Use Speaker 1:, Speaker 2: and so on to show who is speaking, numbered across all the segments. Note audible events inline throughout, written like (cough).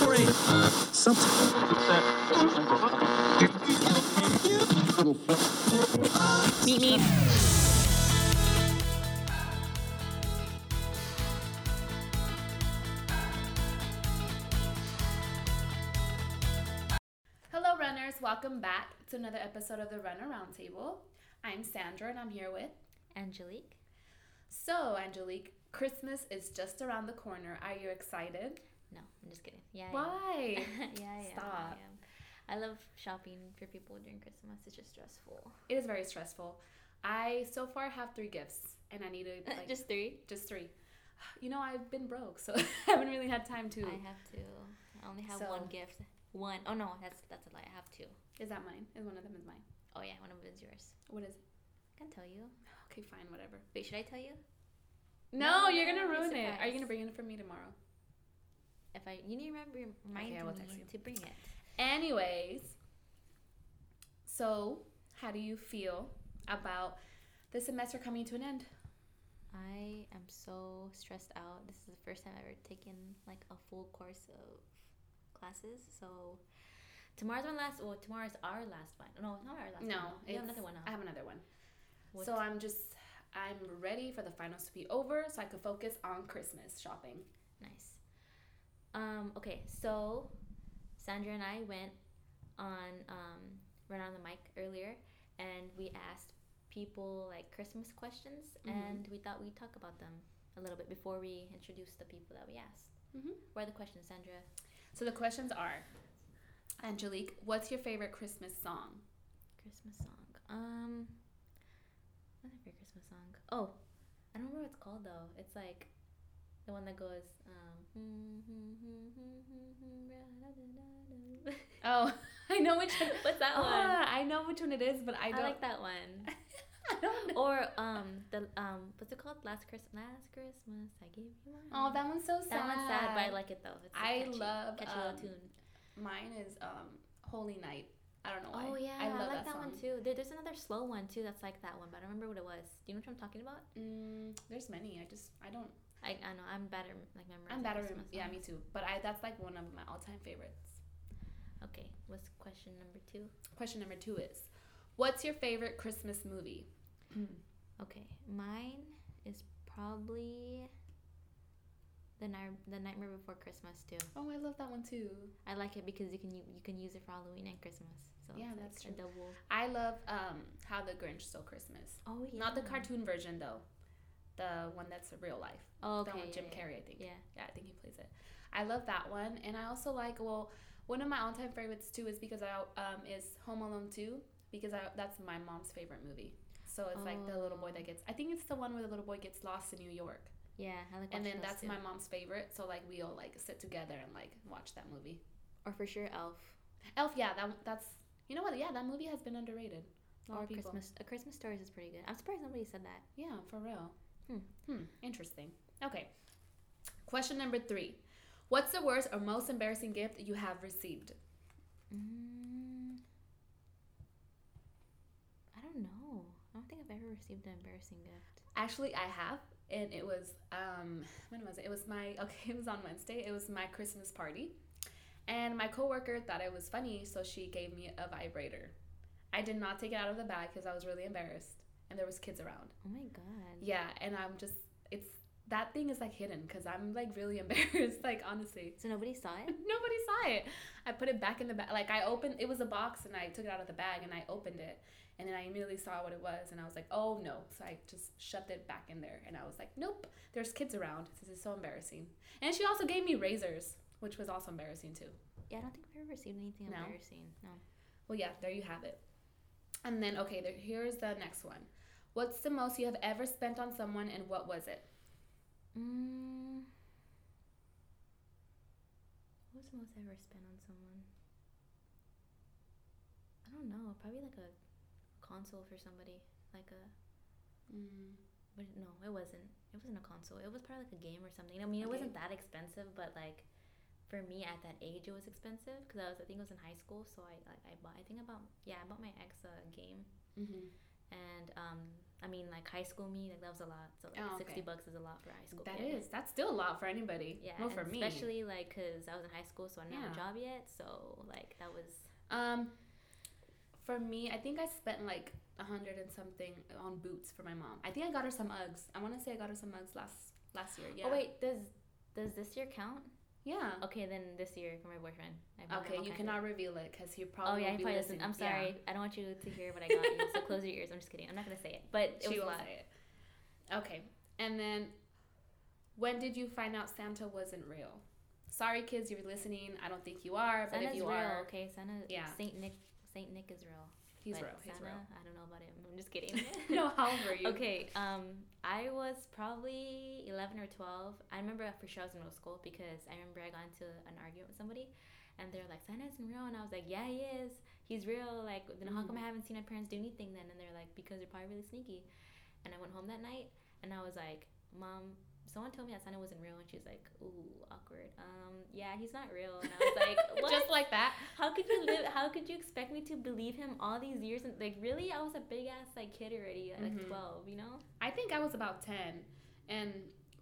Speaker 1: Great. Something.
Speaker 2: Meet me.
Speaker 3: Hello, runners. Welcome back to another episode of the Runner Roundtable. I'm Sandra and I'm here with.
Speaker 2: Angelique.
Speaker 3: So, Angelique, Christmas is just around the corner. Are you excited?
Speaker 2: No, I'm just kidding. Yeah. I am. (laughs)
Speaker 3: (laughs) Why?
Speaker 2: yeah, I am.
Speaker 3: Stop.
Speaker 2: I am. I love shopping for people during Christmas. It's just stressful.
Speaker 3: It is very stressful. I so far have three gifts and I need (laughs) to like,
Speaker 2: (laughs)
Speaker 3: just
Speaker 2: just three.
Speaker 3: just three. (sighs) You know, I've been broke, so (laughs) I haven't really had time to.
Speaker 2: I have two. I only have
Speaker 3: So-
Speaker 2: one gift. One. Oh no, that's that's a lie. I have two.
Speaker 3: Is that mine? Is one of them is mine?
Speaker 2: Oh yeah, one of them is yours.
Speaker 3: What is it?
Speaker 2: I can tell you.
Speaker 3: Okay, fine, whatever.
Speaker 2: Wait, should I tell you?
Speaker 3: No,
Speaker 2: No,
Speaker 3: you're
Speaker 2: no,
Speaker 3: gonna
Speaker 2: no,
Speaker 3: ruin
Speaker 2: be
Speaker 3: it. Are you
Speaker 2: surprised.
Speaker 3: gonna bring it for me tomorrow?
Speaker 2: If I, you need to remember, remind
Speaker 3: I will
Speaker 2: me
Speaker 3: text you.
Speaker 2: to bring it.
Speaker 3: Anyways, so how do you feel about the semester coming to an end?
Speaker 2: I am so stressed out. This is the first time I've ever taken like a full course of classes. So tomorrow's my last. Well, tomorrow's our last one. No, not our last.
Speaker 3: No,
Speaker 2: one. we have
Speaker 3: it's-
Speaker 2: another one.
Speaker 3: I
Speaker 2: Out.
Speaker 3: have another one.
Speaker 2: What-
Speaker 3: So I'm just I'm ready for the finals to be over so I could focus on Christmas shopping.
Speaker 2: nice. Um. Okay. So Sandra and I went on um run on the mic earlier, and we asked people like Christmas questions,
Speaker 3: Mhm.
Speaker 2: and we thought we'd talk about them a little bit before we introduce the people that we asked.
Speaker 3: Mhm.
Speaker 2: What are the questions, Sandra?
Speaker 3: So the questions are Angelique, what's your favorite Christmas song?
Speaker 2: Christmas song. Um, what's my favorite Christmas song? Oh, I don't remember what it's called though. It's like the one that goes. Um, (laughs)
Speaker 3: Oh, I know which one.
Speaker 2: what's that one?
Speaker 3: Ah, I know which one it is, but I
Speaker 2: I,
Speaker 3: don't
Speaker 2: like that one.
Speaker 3: (laughs) I don't know.
Speaker 2: Or um the um what's it called? Last Christmas. Last Christmas, I gave you mine.
Speaker 3: Oh, that one's so sad.
Speaker 2: That one's sad, but I like it though. It's a
Speaker 3: I
Speaker 2: catchy,
Speaker 3: love,
Speaker 2: catchy
Speaker 3: um,
Speaker 2: little tune.
Speaker 3: Mine is um Holy Night. I don't know why.
Speaker 2: Oh yeah,
Speaker 3: I love
Speaker 2: like that,
Speaker 3: song.
Speaker 2: one too. There, there's another slow one too that's like that one, but I don't remember what it was. Do you know what I'm talking about?
Speaker 3: Mm, there's many. I just I don't.
Speaker 2: I, I know I'm better like memorizing.
Speaker 3: I'm bad at
Speaker 2: Christmas
Speaker 3: yeah,
Speaker 2: songs.
Speaker 3: me too. But I that's like one of my all time favorites.
Speaker 2: Okay, what's question number two?
Speaker 3: Question number two is, what's your favorite Christmas movie?
Speaker 2: Okay, mine is probably the night the Nightmare Before Christmas too.
Speaker 3: Oh, I love that one too.
Speaker 2: I like it because you can u- you can use it for Halloween and Christmas. So
Speaker 3: Yeah,
Speaker 2: it's
Speaker 3: that's
Speaker 2: like a double.
Speaker 3: I love um How the Grinch Stole Christmas.
Speaker 2: Oh yeah.
Speaker 3: Not the cartoon version though, the one that's real life.
Speaker 2: Oh, okay.
Speaker 3: the one with Jim
Speaker 2: yeah,
Speaker 3: Carrey, I think.
Speaker 2: Yeah.
Speaker 3: Yeah, I think he plays it. I love that one, and I also like well, one of my all-time favorites too is because I um is Home Alone two because I that's my mom's favorite movie. So it's like the little boy
Speaker 2: Oh.
Speaker 3: that gets. I think it's the one where the little boy gets lost in New York,
Speaker 2: Yeah, I like. watching
Speaker 3: and then
Speaker 2: those
Speaker 3: that's
Speaker 2: too.
Speaker 3: my mom's favorite. So like we all like sit together and like watch that movie.
Speaker 2: Or for sure Elf.
Speaker 3: Elf, yeah, that that's you know what? Yeah, that movie has been underrated. A lot
Speaker 2: Or
Speaker 3: of people.
Speaker 2: Christmas. A Christmas Stories is pretty good. I'm surprised nobody said that.
Speaker 3: Yeah, for real.
Speaker 2: Hmm.
Speaker 3: Hmm. Interesting. Okay. Question number three. What's the worst or most embarrassing gift you have received?
Speaker 2: Mm, I don't know. I don't think I've ever received an embarrassing gift.
Speaker 3: Actually, I have, and it was um when was it? It was my (laughs) okay. It was on Wednesday. It was my Christmas party, and my coworker thought it was funny, so she gave me a vibrator. I did not take it out of the bag because I was really embarrassed, and there was kids around.
Speaker 2: Oh my god.
Speaker 3: Yeah, and I'm just it's that thing is like hidden because I'm like really (laughs) embarrassed. Like honestly,
Speaker 2: So nobody saw it?
Speaker 3: (laughs) Nobody saw it. I put it back in the bag. Like I opened, it was a box, and I took it out of the bag and I opened it, and then I immediately saw what it was, and I was like, oh no! So I just shoved it back in there, and I was like, nope. There's kids around. This is so embarrassing. And she also gave me razors, which was also embarrassing too.
Speaker 2: Yeah, I don't think I've ever received anything
Speaker 3: No?
Speaker 2: embarrassing. No.
Speaker 3: Well, yeah, there you have it. And then okay, there, here's the next one. What's the most you have ever spent on someone, and what was it?
Speaker 2: Mm. What was the most I ever spent on someone? I don't know. Probably like a console for somebody. Like a. But no, it wasn't. It wasn't a console. It was probably like a game or something. I mean, it
Speaker 3: Okay.
Speaker 2: wasn't that expensive, but like. For me, at that age, it was expensive because I was—I think I was in high school, so I like I bought. I think about yeah, I bought my ex a game,
Speaker 3: Mm-hmm.
Speaker 2: and um, I mean, like high school me, like that was a lot. So like
Speaker 3: Oh, okay.
Speaker 2: sixty bucks is a lot for a high school.
Speaker 3: That
Speaker 2: kid.
Speaker 3: is. That's still a lot for anybody.
Speaker 2: Yeah,
Speaker 3: Well,
Speaker 2: and
Speaker 3: for me.
Speaker 2: especially like because I was in high school, so I didn't have a
Speaker 3: Yeah.
Speaker 2: job yet. So like that was
Speaker 3: Um, for me, I think I spent like a hundred and something on boots for my mom. I think I got her some Uggs. I want to say I got her some Uggs last last year. Yeah.
Speaker 2: Oh wait, does does this year count?
Speaker 3: Yeah.
Speaker 2: Okay, then this year for my boyfriend. I bought him
Speaker 3: Okay,
Speaker 2: all kinds
Speaker 3: you
Speaker 2: of-
Speaker 3: cannot reveal it because he
Speaker 2: Oh
Speaker 3: probably.
Speaker 2: yeah,
Speaker 3: won't
Speaker 2: he
Speaker 3: be
Speaker 2: probably
Speaker 3: listening.
Speaker 2: doesn't. I'm sorry. I don't want you to hear what I got you. So close your ears. I'm just kidding. I'm not gonna say it. But
Speaker 3: Yeah.
Speaker 2: it
Speaker 3: She
Speaker 2: was a
Speaker 3: will
Speaker 2: lot.
Speaker 3: say it. Okay, and then when did you find out Santa wasn't real? Sorry, kids, you're listening. I don't think you are, but
Speaker 2: Santa's
Speaker 3: if you
Speaker 2: real.
Speaker 3: are,
Speaker 2: Okay, Santa.
Speaker 3: Yeah.
Speaker 2: Saint Nick. Saint Nick is real.
Speaker 3: he's
Speaker 2: but
Speaker 3: real. He's
Speaker 2: Santa,
Speaker 3: real.
Speaker 2: I don't know about him. I'm just kidding.
Speaker 3: (laughs) no, how old were you?
Speaker 2: Okay, um, I was probably 11 or 12. I remember for sure I was in middle school because I remember I got into an argument with somebody and they're like, Santa isn't real. And I was like, yeah, he is. He's real. Like, then
Speaker 3: Mm.
Speaker 2: how come I haven't seen my parents do anything then? And they're like, because they're probably really sneaky. And I went home that night and I was like, Mom, someone told me that Santa wasn't real. And she was like, ooh, awkward. Um, yeah, he's not real. And I was
Speaker 3: (laughs)
Speaker 2: like, what?
Speaker 3: Just like that.
Speaker 2: How could you (laughs) live? How could you expect me to believe him all these years? And like, really, I was a big ass like kid already, at, like
Speaker 3: Mhm.
Speaker 2: twelve. You know?
Speaker 3: I think I was about 10. And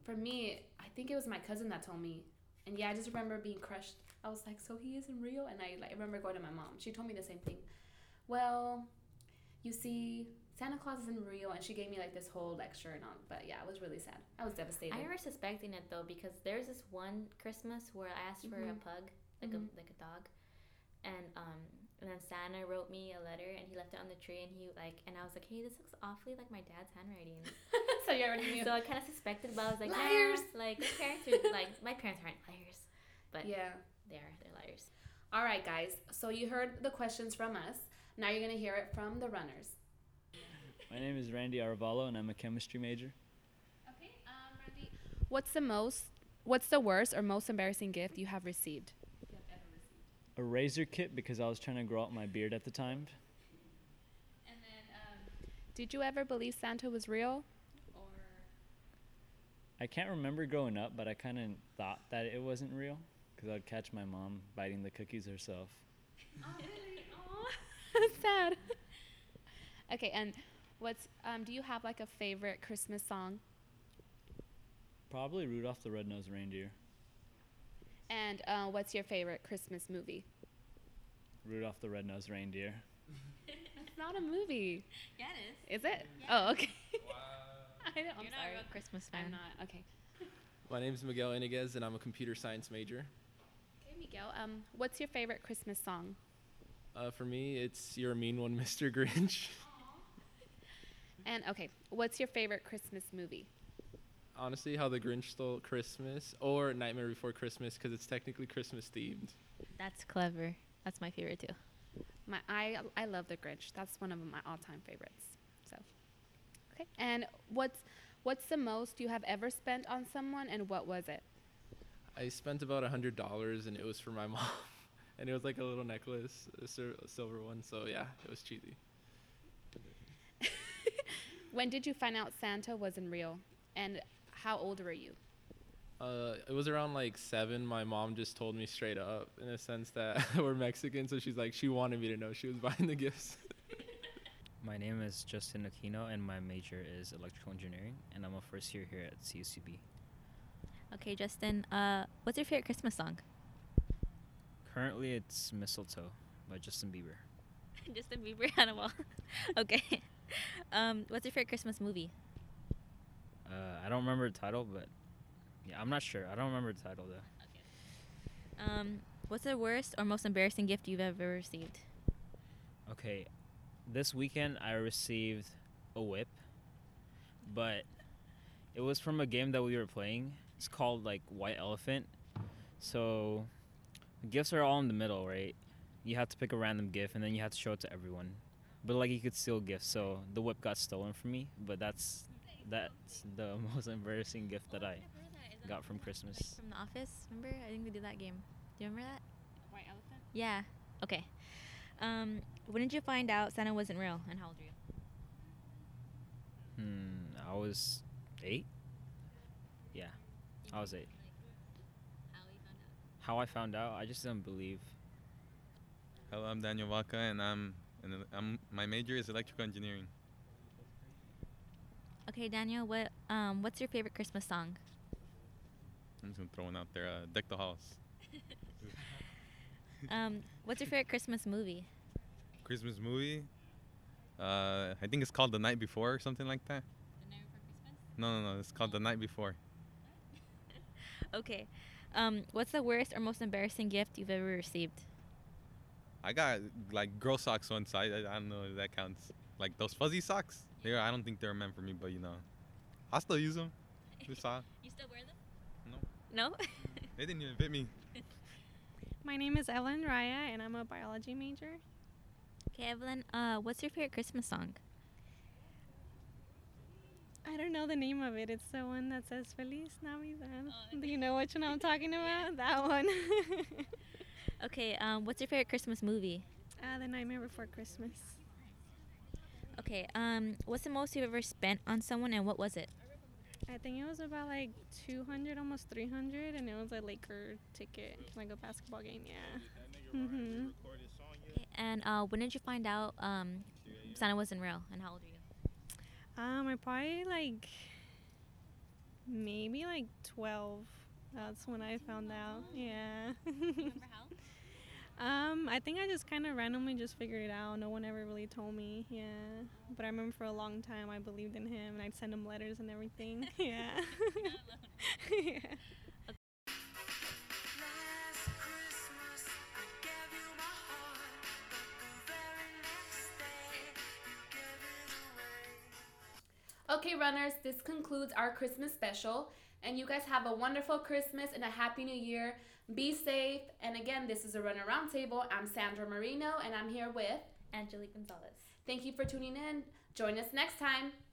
Speaker 3: for me, I think it was my cousin that told me. And yeah, I just remember being crushed. I was like, so he isn't real? And I like remember going to my mom. She told me the same thing. Well, you see, Santa Claus isn't real. And she gave me like this whole lecture and all. But yeah, it was really sad. I was (laughs) devastated.
Speaker 2: I remember suspecting it though because there's this one Christmas where I asked for a
Speaker 3: Mhm.
Speaker 2: pug, like
Speaker 3: Mhm.
Speaker 2: a like a dog, and um and then Santa wrote me a letter and he left it on the tree and he like and I was like, hey, this looks awfully like my dad's (laughs) handwriting.
Speaker 3: so you already (laughs) knew.
Speaker 2: so I kind of suspected, but I was like, nah,
Speaker 3: Liars!
Speaker 2: like my (laughs) parents are like my parents aren't liars. but-
Speaker 3: yeah.
Speaker 2: They are. They're liars.
Speaker 3: All right, guys. So you heard the questions from us. Now you're going to hear it from the runners.
Speaker 4: My name is Randy Arvalo, and I'm a chemistry major.
Speaker 3: Okay, um, Randy. What's the most, what's the worst or most embarrassing gift you have received?
Speaker 4: A razor kit because I was trying to grow out my beard at the time.
Speaker 3: And then, um, did you ever believe Santa was real? (laughs) Or
Speaker 4: I can't remember growing up, but I kind of thought that it wasn't real because I'd catch my mom biting the cookies herself.
Speaker 3: (laughs) sad. okay, and what's um, do you have like a favorite Christmas song?
Speaker 4: Probably Rudolph the Red-Nosed Reindeer.
Speaker 3: And uh, what's your favorite Christmas movie?
Speaker 4: Rudolph the Red-Nosed Reindeer.
Speaker 3: It's not a movie,
Speaker 2: Yeah, it is.
Speaker 3: is it? Oh, okay. (laughs) I don't, I'm sorry.
Speaker 2: Christmas
Speaker 3: I'm not okay.
Speaker 5: My name is Miguel Iniguez, and I'm a computer science major.
Speaker 3: Okay, Miguel. Um, what's your favorite Christmas song?
Speaker 5: Uh, for me, it's You're a Mean One, (laughs) Mr. Grinch.
Speaker 3: And okay, what's your favorite Christmas movie?
Speaker 5: Honestly, How the Grinch Stole Christmas or Nightmare Before Christmas because it's technically Christmas themed.
Speaker 2: That's clever. That's my favorite too.
Speaker 3: My I I love The Grinch. That's one of my all-time favorites. So, okay. And what's what's the most you have ever spent on someone, and what was it?
Speaker 5: I spent about $100 and it was for my (laughs) mom. and it was like a little necklace, a, sil- a silver one. So yeah, it was cheesy.
Speaker 3: When did you find out Santa wasn't real, and how old were you?
Speaker 5: Uh, it was around like seven. My mom just told me straight up in a sense that (laughs) we're Mexican. So she's like, she wanted me to know she was (laughs) buying the gifts.
Speaker 6: My name is Justin Aquino, and my major is electrical engineering, and I'm a first year here at CUCB.
Speaker 2: Okay, Justin. Uh, what's your favorite Christmas song? (laughs)
Speaker 6: Currently, it's Mistletoe by Justin Bieber.
Speaker 2: Justin Bieber (laughs) on a wall. okay. (laughs) Um, what's your favorite Christmas movie?
Speaker 6: Uh, I don't remember the title, but yeah, I'm not sure. I don't remember the title though.
Speaker 2: Um, what's the worst or most embarrassing gift you've ever received?
Speaker 6: Okay, this weekend I received a whip, but it was from a game that we were playing. It's called like White Elephant. So, gifts are all in the middle, right? You have to pick a random gift, and then you have to show it to everyone. But like you could steal gifts, so the whip got stolen from me. But that's that's the (laughs) most embarrassing gift that I got from Christmas.
Speaker 2: From the office, remember? I think we did that game. Do you remember that?
Speaker 3: White elephant.
Speaker 2: Yeah. Okay. Um, when did you find out Santa wasn't real, and how old were you?
Speaker 6: Hmm, I was eight. Yeah, I was eight. How I found out, I just didn't believe.
Speaker 7: Hello, I'm Daniel Vaca, and I'm and I'm my major is electrical engineering.
Speaker 2: Okay, Daniel, what um what's your favorite Christmas song?
Speaker 7: I'm just gonna throw one out there. Uh, Deck the halls.
Speaker 2: (laughs) um, what's your favorite Christmas movie?
Speaker 7: Christmas movie. Uh, I think it's called The Night Before or something like that. No, no, no. It's called The Night Before.
Speaker 2: Okay. Um, what's the worst or most embarrassing gift you've ever received?
Speaker 7: I got like girl socks once. I, I, I don't know if that counts. Like those fuzzy socks. They were, I don't think they're meant for me, but you know, I still use them. They're solid.
Speaker 2: (laughs) You still wear them?
Speaker 7: No,
Speaker 2: No? (laughs)
Speaker 7: they didn't even fit me.
Speaker 8: My name is Ellen Raya, and I'm a biology major.
Speaker 2: okay, Evelyn, uh, what's your favorite Christmas song?
Speaker 8: I don't know the name of it. It's the one that says Feliz Navidad. Do you know which one I'm talking about? That one. (laughs)
Speaker 2: Okay, um, what's your favorite Christmas movie?
Speaker 8: uh, the Nightmare Before Christmas.
Speaker 2: Okay, um, what's the most you've ever spent on someone and what was it?
Speaker 8: I think it was about like 200, almost 300, and it was a Laker ticket, like a basketball game. Yeah. hmm
Speaker 2: Okay, and uh, when did you find out um, Santa wasn't real and how old are you?
Speaker 8: Um, I probably like maybe like 12. That's when I found out. Yeah. (laughs)
Speaker 2: how?
Speaker 8: Um, I think I just kind of randomly just figured it out. No one ever really told me. Yeah. But I remember for a long time I believed in him and I'd send him letters and everything. (laughs) Yeah. yeah.
Speaker 9: Last Christmas, I gave you my heart, but the very next day, you gave it away.
Speaker 3: Okay, runners, this concludes our Christmas special. And you guys have a wonderful Christmas and a happy new year. Be safe. And again, this is a Runner Roundtable. I'm Sandra Marino, and I'm here with.
Speaker 2: Angelique Gonzalez.
Speaker 3: Thank you for tuning in. Join us next time.